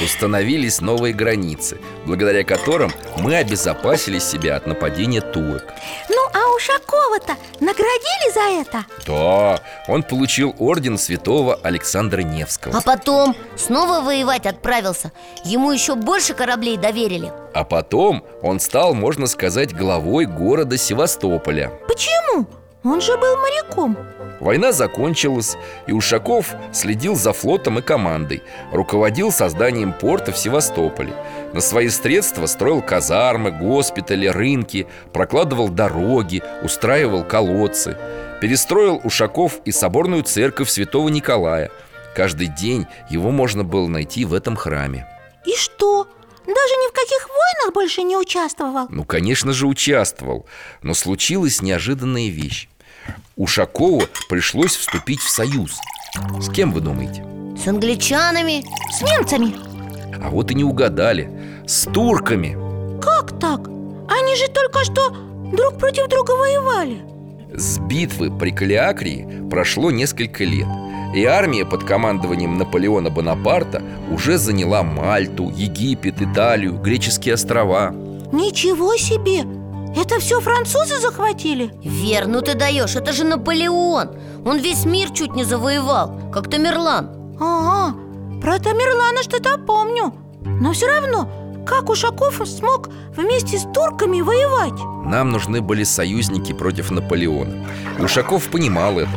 [SPEAKER 2] установились новые границы, благодаря которым мы обезопасили себя от нападения турок.
[SPEAKER 4] Ну, а Ушакова-то наградили за это?
[SPEAKER 2] Да, он получил орден святого Александра Невского
[SPEAKER 3] А потом снова воевать отправился Ему еще больше кораблей доверили
[SPEAKER 2] А потом он стал, можно сказать, главой города Севастополя
[SPEAKER 4] Почему? Он же был моряком
[SPEAKER 2] Война закончилась, и Ушаков следил за флотом и командой Руководил созданием порта в Севастополе На свои средства строил казармы, госпитали, рынки Прокладывал дороги, устраивал колодцы Перестроил Ушаков и соборную церковь святого Николая Каждый день его можно было найти в этом храме
[SPEAKER 4] И что? Даже ни в каких войнах больше не участвовал
[SPEAKER 2] Ну, конечно же, участвовал Но случилась неожиданная вещь Ушакову пришлось вступить в союз. С кем вы думаете?
[SPEAKER 3] С англичанами
[SPEAKER 4] С немцами
[SPEAKER 2] А вот и не угадали. С турками.
[SPEAKER 4] Как так? Они же только что друг против друга воевали
[SPEAKER 2] С битвы при Калиакрии прошло несколько лет. И армия под командованием Наполеона Бонапарта уже заняла Мальту, Египет, Италию, греческие острова.
[SPEAKER 4] Ничего себе! Это все французы захватили?
[SPEAKER 3] Вер, ну ты даешь, это же Наполеон Он весь мир чуть не завоевал, как Тамерлан
[SPEAKER 4] Ага, про Тамерлана что-то помню Но все равно, как Ушаков смог вместе с турками воевать?
[SPEAKER 2] Нам нужны были союзники против Наполеона. И Ушаков понимал это.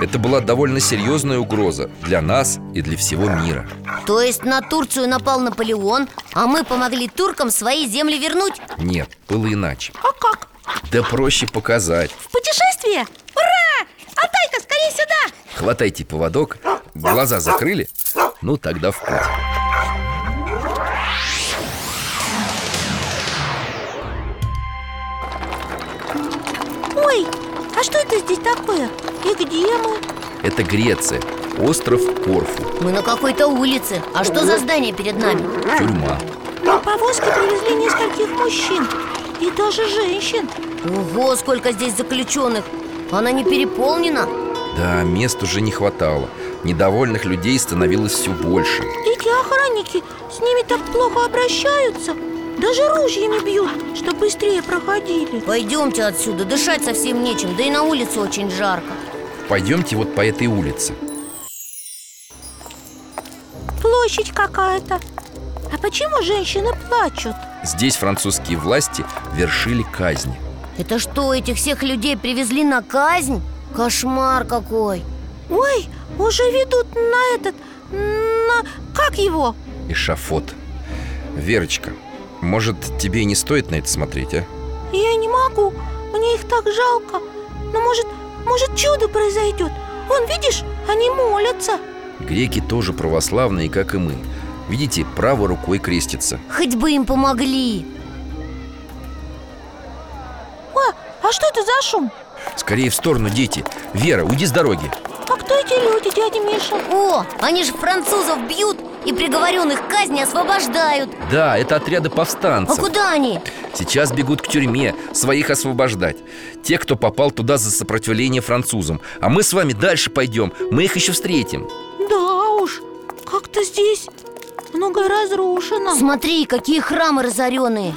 [SPEAKER 2] Это была довольно серьезная угроза для нас и для всего мира.
[SPEAKER 3] То есть на Турцию напал Наполеон, а мы помогли туркам свои земли вернуть?
[SPEAKER 2] Нет, было иначе.
[SPEAKER 4] А как?
[SPEAKER 2] Да проще показать.
[SPEAKER 4] В путешествие? Ура! Алтайка, скорее сюда!
[SPEAKER 2] Хватайте поводок, глаза закрыли, ну тогда в путь.
[SPEAKER 4] Ой, а что это здесь такое? И где мы?
[SPEAKER 2] Это Греция, остров Корфу,
[SPEAKER 3] Мы на какой-то улице А что за здание перед нами?
[SPEAKER 2] тюрьма.
[SPEAKER 4] На повозке привезли нескольких мужчин И даже женщин
[SPEAKER 3] Ого, сколько здесь заключенных Она не переполнена?
[SPEAKER 2] Да, мест уже не хватало. Недовольных людей становилось все больше.
[SPEAKER 4] Эти охранники с ними так плохо обращаются Даже ружьями бьют, что быстрее проходили
[SPEAKER 3] Пойдемте отсюда, дышать совсем нечем Да и на улице очень жарко
[SPEAKER 2] Пойдемте вот по этой улице.
[SPEAKER 4] Площадь какая-то А почему женщины плачут?
[SPEAKER 2] Здесь французские власти вершили казни.
[SPEAKER 3] Это что, этих всех людей привезли на казнь? Кошмар какой
[SPEAKER 4] Ой, уже ведут на этот... на... как его?
[SPEAKER 2] Эшафот. Верочка, может, тебе и не стоит на это смотреть, а?
[SPEAKER 4] Я не могу, мне их так жалко Но может, может чудо произойдет Вон, видишь, они молятся
[SPEAKER 2] Греки тоже православные, как и мы. Видите, правой рукой крестится.
[SPEAKER 3] Хоть бы им помогли
[SPEAKER 4] О, а что это за шум?
[SPEAKER 2] Скорее в сторону, дети. Вера, уйди с дороги.
[SPEAKER 4] А кто эти люди, дядя Миша?
[SPEAKER 3] О, они же французов бьют и приговоренных к казни освобождают
[SPEAKER 2] Да, это отряды
[SPEAKER 3] А
[SPEAKER 2] повстанцев.
[SPEAKER 3] куда они?
[SPEAKER 2] Сейчас бегут к тюрьме, своих освобождать. Те, кто попал туда за сопротивление французам. А мы с вами дальше пойдем, мы их еще встретим.
[SPEAKER 4] Да уж, как-то здесь многое разрушено
[SPEAKER 3] Смотри, какие храмы разоренные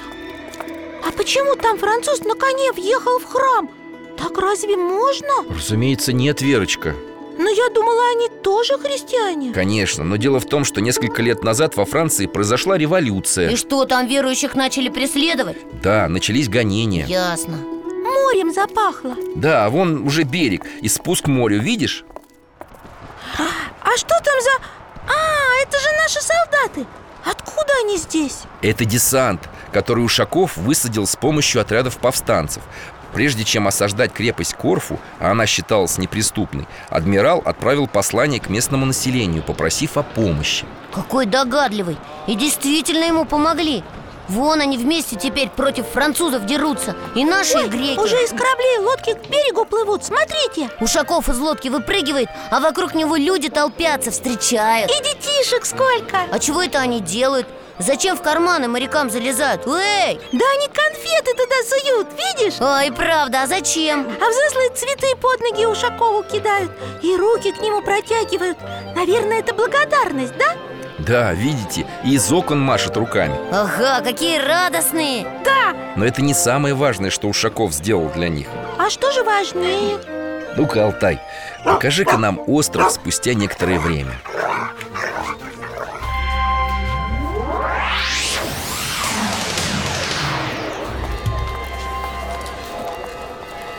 [SPEAKER 4] А почему там француз на коне въехал в храм? Так разве можно?
[SPEAKER 2] Разумеется, нет, Верочка.
[SPEAKER 4] Но я думала, они тоже христиане
[SPEAKER 2] Конечно, но дело в том, что несколько лет назад во Франции произошла революция.
[SPEAKER 3] И что, там верующих начали преследовать?
[SPEAKER 2] Да, начались гонения.
[SPEAKER 3] Ясно
[SPEAKER 4] Морем запахло
[SPEAKER 2] Да, а вон уже берег и спуск к морю, видишь?
[SPEAKER 4] А что там за... А, это же наши солдаты Откуда они здесь?
[SPEAKER 2] Это десант, который Ушаков высадил с помощью отрядов повстанцев. Прежде чем осаждать крепость Корфу, а она считалась неприступной, адмирал отправил послание к местному населению, попросив о помощи.
[SPEAKER 3] Какой догадливый И действительно ему помогли Вон они вместе теперь против французов дерутся И наши, и
[SPEAKER 4] Ой,
[SPEAKER 3] греки
[SPEAKER 4] уже из кораблей лодки к берегу плывут, смотрите
[SPEAKER 3] Ушаков из лодки выпрыгивает, а вокруг него люди толпятся, встречают
[SPEAKER 4] И детишек сколько
[SPEAKER 3] А чего это они делают? Зачем в карманы морякам залезают? Эй!
[SPEAKER 4] Да они конфеты туда суют, видишь?
[SPEAKER 3] Ой, правда, а зачем?
[SPEAKER 4] А взрослые цветы под ноги Ушакову кидают И руки к нему протягивают Наверное, это благодарность, да?
[SPEAKER 2] Да, видите, и из окон машет руками.
[SPEAKER 3] Ага, какие радостные!
[SPEAKER 2] Но это не самое важное, что Ушаков сделал для них.
[SPEAKER 4] А что же важнее?
[SPEAKER 2] Ну-ка, Алтай, покажи-ка нам остров спустя некоторое время.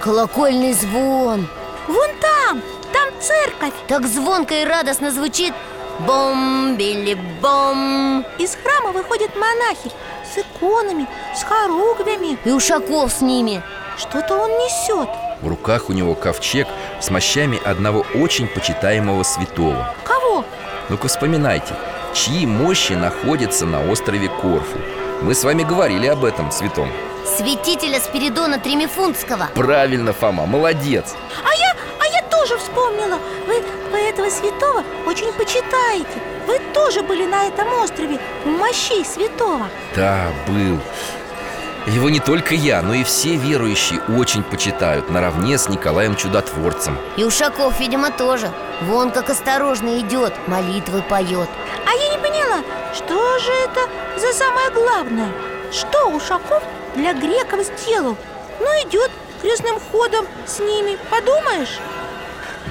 [SPEAKER 3] Колокольный звон
[SPEAKER 4] Вон там, там церковь
[SPEAKER 3] Так звонко и радостно звучит Бом-били-бом
[SPEAKER 4] Из храма выходят монахи С иконами, с хоругвями
[SPEAKER 3] И Ушаков с ними
[SPEAKER 4] Что-то он несет
[SPEAKER 2] В руках у него ковчег с мощами одного очень почитаемого святого.
[SPEAKER 4] Кого?
[SPEAKER 2] Ну-ка вспоминайте, чьи мощи находятся на острове Корфу. Мы с вами говорили об этом святом.
[SPEAKER 3] святителя Спиридона Тремифунтского
[SPEAKER 2] Правильно, Фома, молодец
[SPEAKER 4] А я, а я тоже вспомнила Вы, вы этого святого очень почитаете Вы тоже были на этом острове У мощей святого
[SPEAKER 2] Да, был Его не только я, но и все верующие очень почитают Наравне с Николаем Чудотворцем
[SPEAKER 3] И Ушаков, видимо, тоже Вон как осторожно идет, молитвы поет
[SPEAKER 4] А я не поняла, что же это за самое главное Что Ушаков для греков сделал? Ну идет крестным ходом с ними, подумаешь?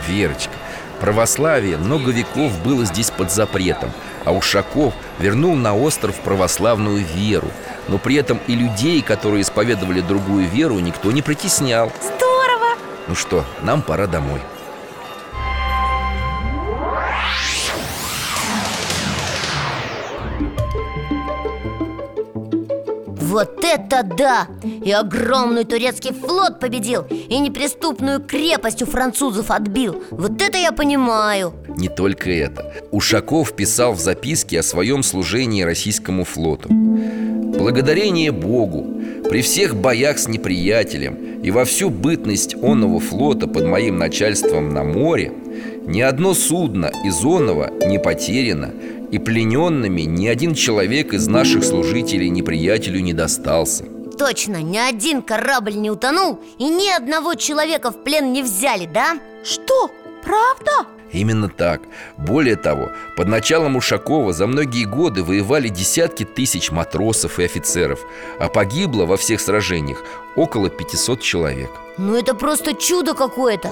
[SPEAKER 2] Верочка, православие много веков было здесь под запретом А Ушаков вернул на остров православную веру Но при этом и людей, которые исповедовали другую веру, никто не притеснял
[SPEAKER 4] Здорово!
[SPEAKER 2] Ну что, нам пора домой
[SPEAKER 3] Вот это да! И огромный турецкий флот победил И неприступную крепость у французов отбил Вот это я понимаю
[SPEAKER 2] Не только это. Ушаков писал в записке о своем служении российскому флоту. Благодарение Богу, при всех боях с неприятелем и во всю бытность онного флота под моим начальством на море ни одно судно из онного не потеряно, и плененными ни один человек из наших служителей неприятелю не достался.
[SPEAKER 3] Точно, ни один корабль не утонул И ни одного человека в плен не взяли, да?
[SPEAKER 4] Что, правда?
[SPEAKER 2] Именно так. Более того, под началом Ушакова за многие годы воевали десятки тысяч матросов и офицеров, а погибло во всех сражениях около 500 человек.
[SPEAKER 3] Ну это просто чудо какое-то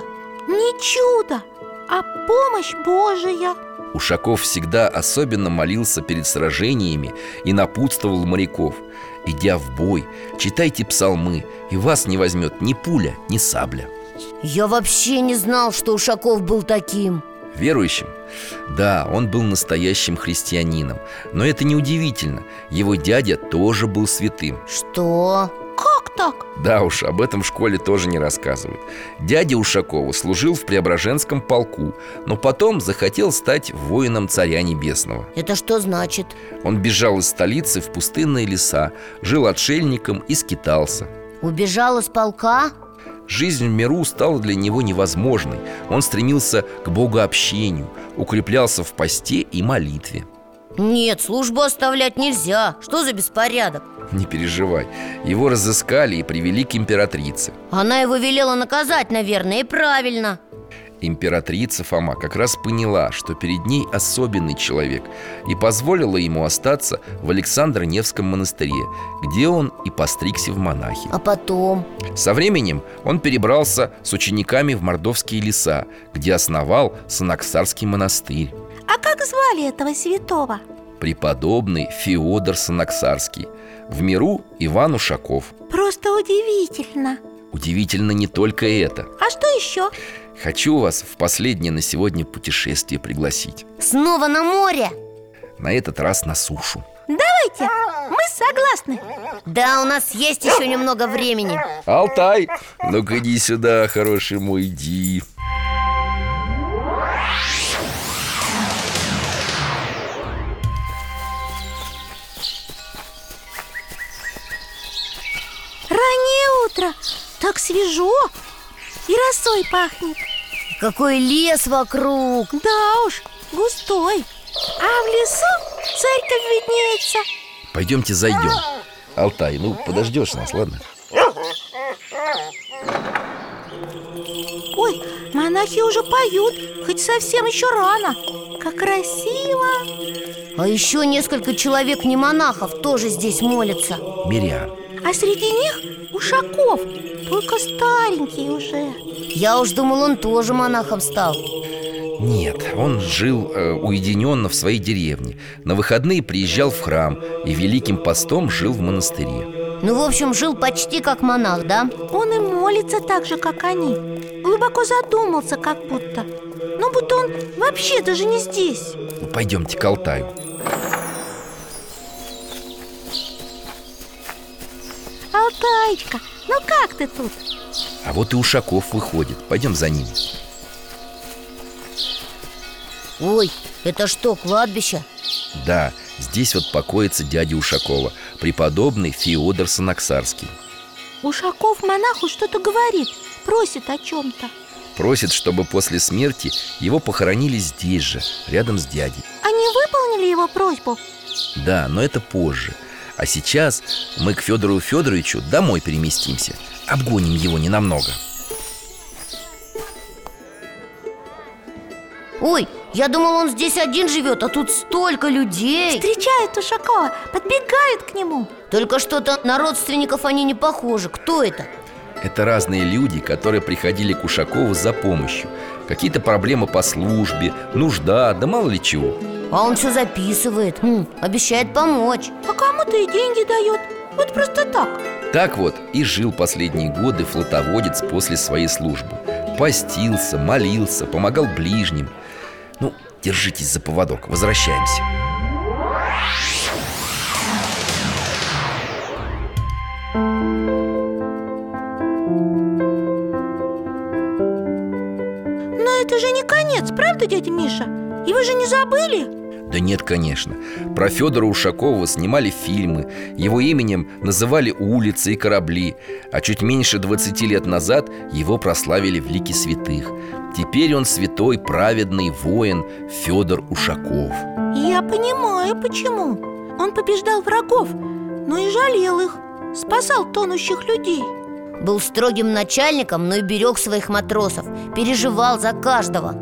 [SPEAKER 4] Не чудо, а помощь Божия
[SPEAKER 2] Ушаков всегда особенно молился перед сражениями и напутствовал моряков. Идя в бой, читайте псалмы, и вас не возьмет ни пуля, ни сабля.
[SPEAKER 3] Я вообще не знал, что Ушаков был таким
[SPEAKER 2] Верующим? Да, он был настоящим христианином. Но это неудивительно. Его дядя тоже был святым.
[SPEAKER 3] Что?
[SPEAKER 4] Как так?
[SPEAKER 2] Да уж, об этом в школе тоже не рассказывают. Дядя Ушакова служил в Преображенском полку, но потом захотел стать воином Царя Небесного.
[SPEAKER 3] Это что значит?
[SPEAKER 2] Он бежал из столицы в пустынные леса, жил отшельником и скитался.
[SPEAKER 3] Убежал из полка?
[SPEAKER 2] Жизнь в миру стала для него невозможной. Он стремился к богообщению, укреплялся в посте и молитве.
[SPEAKER 3] Нет, службу оставлять нельзя Что за беспорядок?
[SPEAKER 2] Не переживай, его разыскали и привели к императрице.
[SPEAKER 3] Она его велела наказать, наверное, и правильно
[SPEAKER 2] Императрица Фома как раз поняла, что перед ней особенный человек и позволила ему остаться в Александро-Невском монастыре, где он и постригся в монахи.
[SPEAKER 3] А потом?
[SPEAKER 2] Со временем он перебрался с учениками в Мордовские леса, где основал Санаксарский монастырь.
[SPEAKER 4] А как звали этого святого?
[SPEAKER 2] Преподобный Феодор Санаксарский, в миру Иван Ушаков.
[SPEAKER 4] Просто удивительно
[SPEAKER 2] Удивительно не только это.
[SPEAKER 4] А что еще?
[SPEAKER 2] Хочу вас в последнее на сегодня путешествие пригласить.
[SPEAKER 3] Снова на море?
[SPEAKER 2] На этот раз на сушу.
[SPEAKER 4] Давайте, мы согласны
[SPEAKER 3] Да, у нас есть еще немного времени
[SPEAKER 2] Алтай, ну-ка иди сюда, хороший мой, иди
[SPEAKER 4] Раннее утро, так свежо И росой пахнет
[SPEAKER 3] Какой лес вокруг
[SPEAKER 4] Да уж, густой А в лесу церковь виднеется
[SPEAKER 2] Пойдемте зайдем Алтай, ну подождешь нас, ладно?
[SPEAKER 4] Ой, монахи уже поют, хоть совсем еще рано Как красиво
[SPEAKER 3] А еще несколько человек не монахов тоже здесь молятся
[SPEAKER 2] Миря,
[SPEAKER 4] А среди них ушаков, только старенький уже
[SPEAKER 3] Я уж думал, он тоже монахом стал
[SPEAKER 2] нет, он жил э, уединенно в своей деревне На выходные приезжал в храм И великим постом жил в монастыре
[SPEAKER 3] Ну, в общем, жил почти как монах, да?
[SPEAKER 4] Он и молится так же, как они Глубоко задумался, как будто Ну, будто он вообще даже не здесь
[SPEAKER 2] Ну, Пойдемте к Алтаю
[SPEAKER 4] Алтаечка, ну как ты тут?
[SPEAKER 2] А вот и Ушаков выходит, пойдем за ним
[SPEAKER 3] Ой, это что, кладбище?
[SPEAKER 2] Да, здесь вот покоится дядя Ушакова Преподобный Феодор Санаксарский
[SPEAKER 4] Ушаков монаху что-то говорит, просит о чем-то
[SPEAKER 2] Просит, чтобы после смерти его похоронили здесь же, рядом с дядей
[SPEAKER 4] Они А выполнили его просьбу?
[SPEAKER 2] Да, но это позже А сейчас мы к Федору Федоровичу домой переместимся Обгоним его ненамного
[SPEAKER 3] Ой, я думал, он здесь один живет, а тут столько людей
[SPEAKER 4] Встречают Ушакова, подбегают к нему
[SPEAKER 3] Только что-то на родственников они не похожи Кто это?
[SPEAKER 2] Это разные люди, которые приходили к Ушакову за помощью Какие-то проблемы по службе, нужда, да мало ли чего
[SPEAKER 3] А он все записывает, М, обещает помочь
[SPEAKER 4] А кому-то и деньги дает Вот просто так
[SPEAKER 2] Так вот и жил последние годы флотоводец после своей службы Постился, молился, помогал ближним Ну, держитесь за поводок, возвращаемся
[SPEAKER 4] Но это же не конец, правда, дядя Миша? И вы же не забыли?
[SPEAKER 2] Да нет, конечно Про Федора Ушакова снимали фильмы Его именем называли улицы и корабли А чуть меньше 20 лет назад его прославили в лике святых Теперь он святой праведный воин Федор Ушаков
[SPEAKER 4] Я понимаю, почему Он побеждал врагов, но и жалел их Спасал тонущих людей
[SPEAKER 3] Был строгим начальником, но и берег своих матросов Переживал за каждого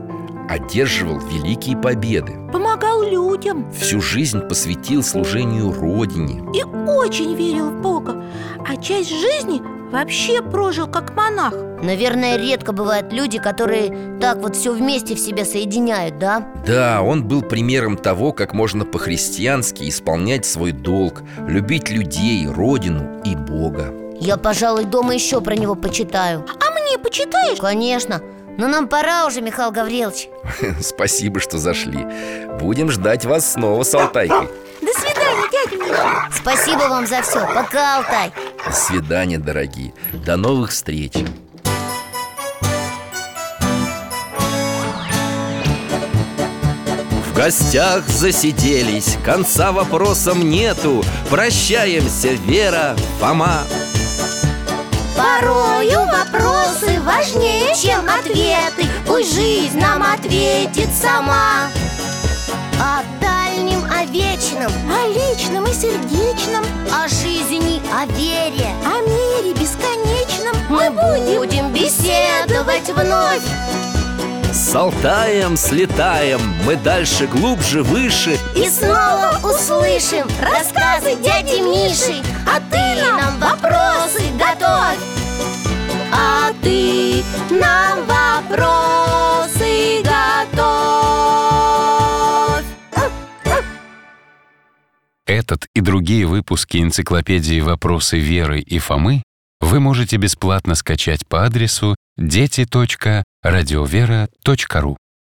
[SPEAKER 2] Одерживал великие победы
[SPEAKER 4] Помогал людям
[SPEAKER 2] Всю жизнь посвятил служению Родине
[SPEAKER 4] И очень верил в Бога А часть жизни вообще прожил как монах
[SPEAKER 3] Наверное, редко бывают люди, которые так вот все вместе в себе соединяют, да?
[SPEAKER 2] Да, он был примером того, как можно по-христиански исполнять свой долг Любить людей, Родину и Бога
[SPEAKER 3] Я, пожалуй, дома еще про него почитаю
[SPEAKER 4] А мне почитаешь?
[SPEAKER 3] Конечно, но нам пора уже, Михаил Гаврилович
[SPEAKER 2] Спасибо, что зашли Будем ждать вас снова с Алтайкой
[SPEAKER 4] До свидания, дядя Миша
[SPEAKER 3] Спасибо вам за все, пока, Алтай
[SPEAKER 2] До свидания, дорогие До новых встреч В гостях засиделись Конца вопросам нету Прощаемся, Вера, Фома
[SPEAKER 3] Порою вопросы важнее, чем ответы Пусть жизнь нам ответит сама О дальнем, о вечном,
[SPEAKER 4] О личном и сердечном,
[SPEAKER 3] о жизни, о вере
[SPEAKER 4] о мире бесконечном
[SPEAKER 3] Мы будем беседовать вновь
[SPEAKER 2] С Алтаем слетаем Мы дальше, глубже, выше
[SPEAKER 3] И снова услышим рассказы дяди Миши А ты нам вопросы готовь А ты нам вопросы готовь
[SPEAKER 1] Этот и другие выпуски энциклопедии «Вопросы Веры и Фомы» вы можете бесплатно скачать по адресу дети.радиовера.ру.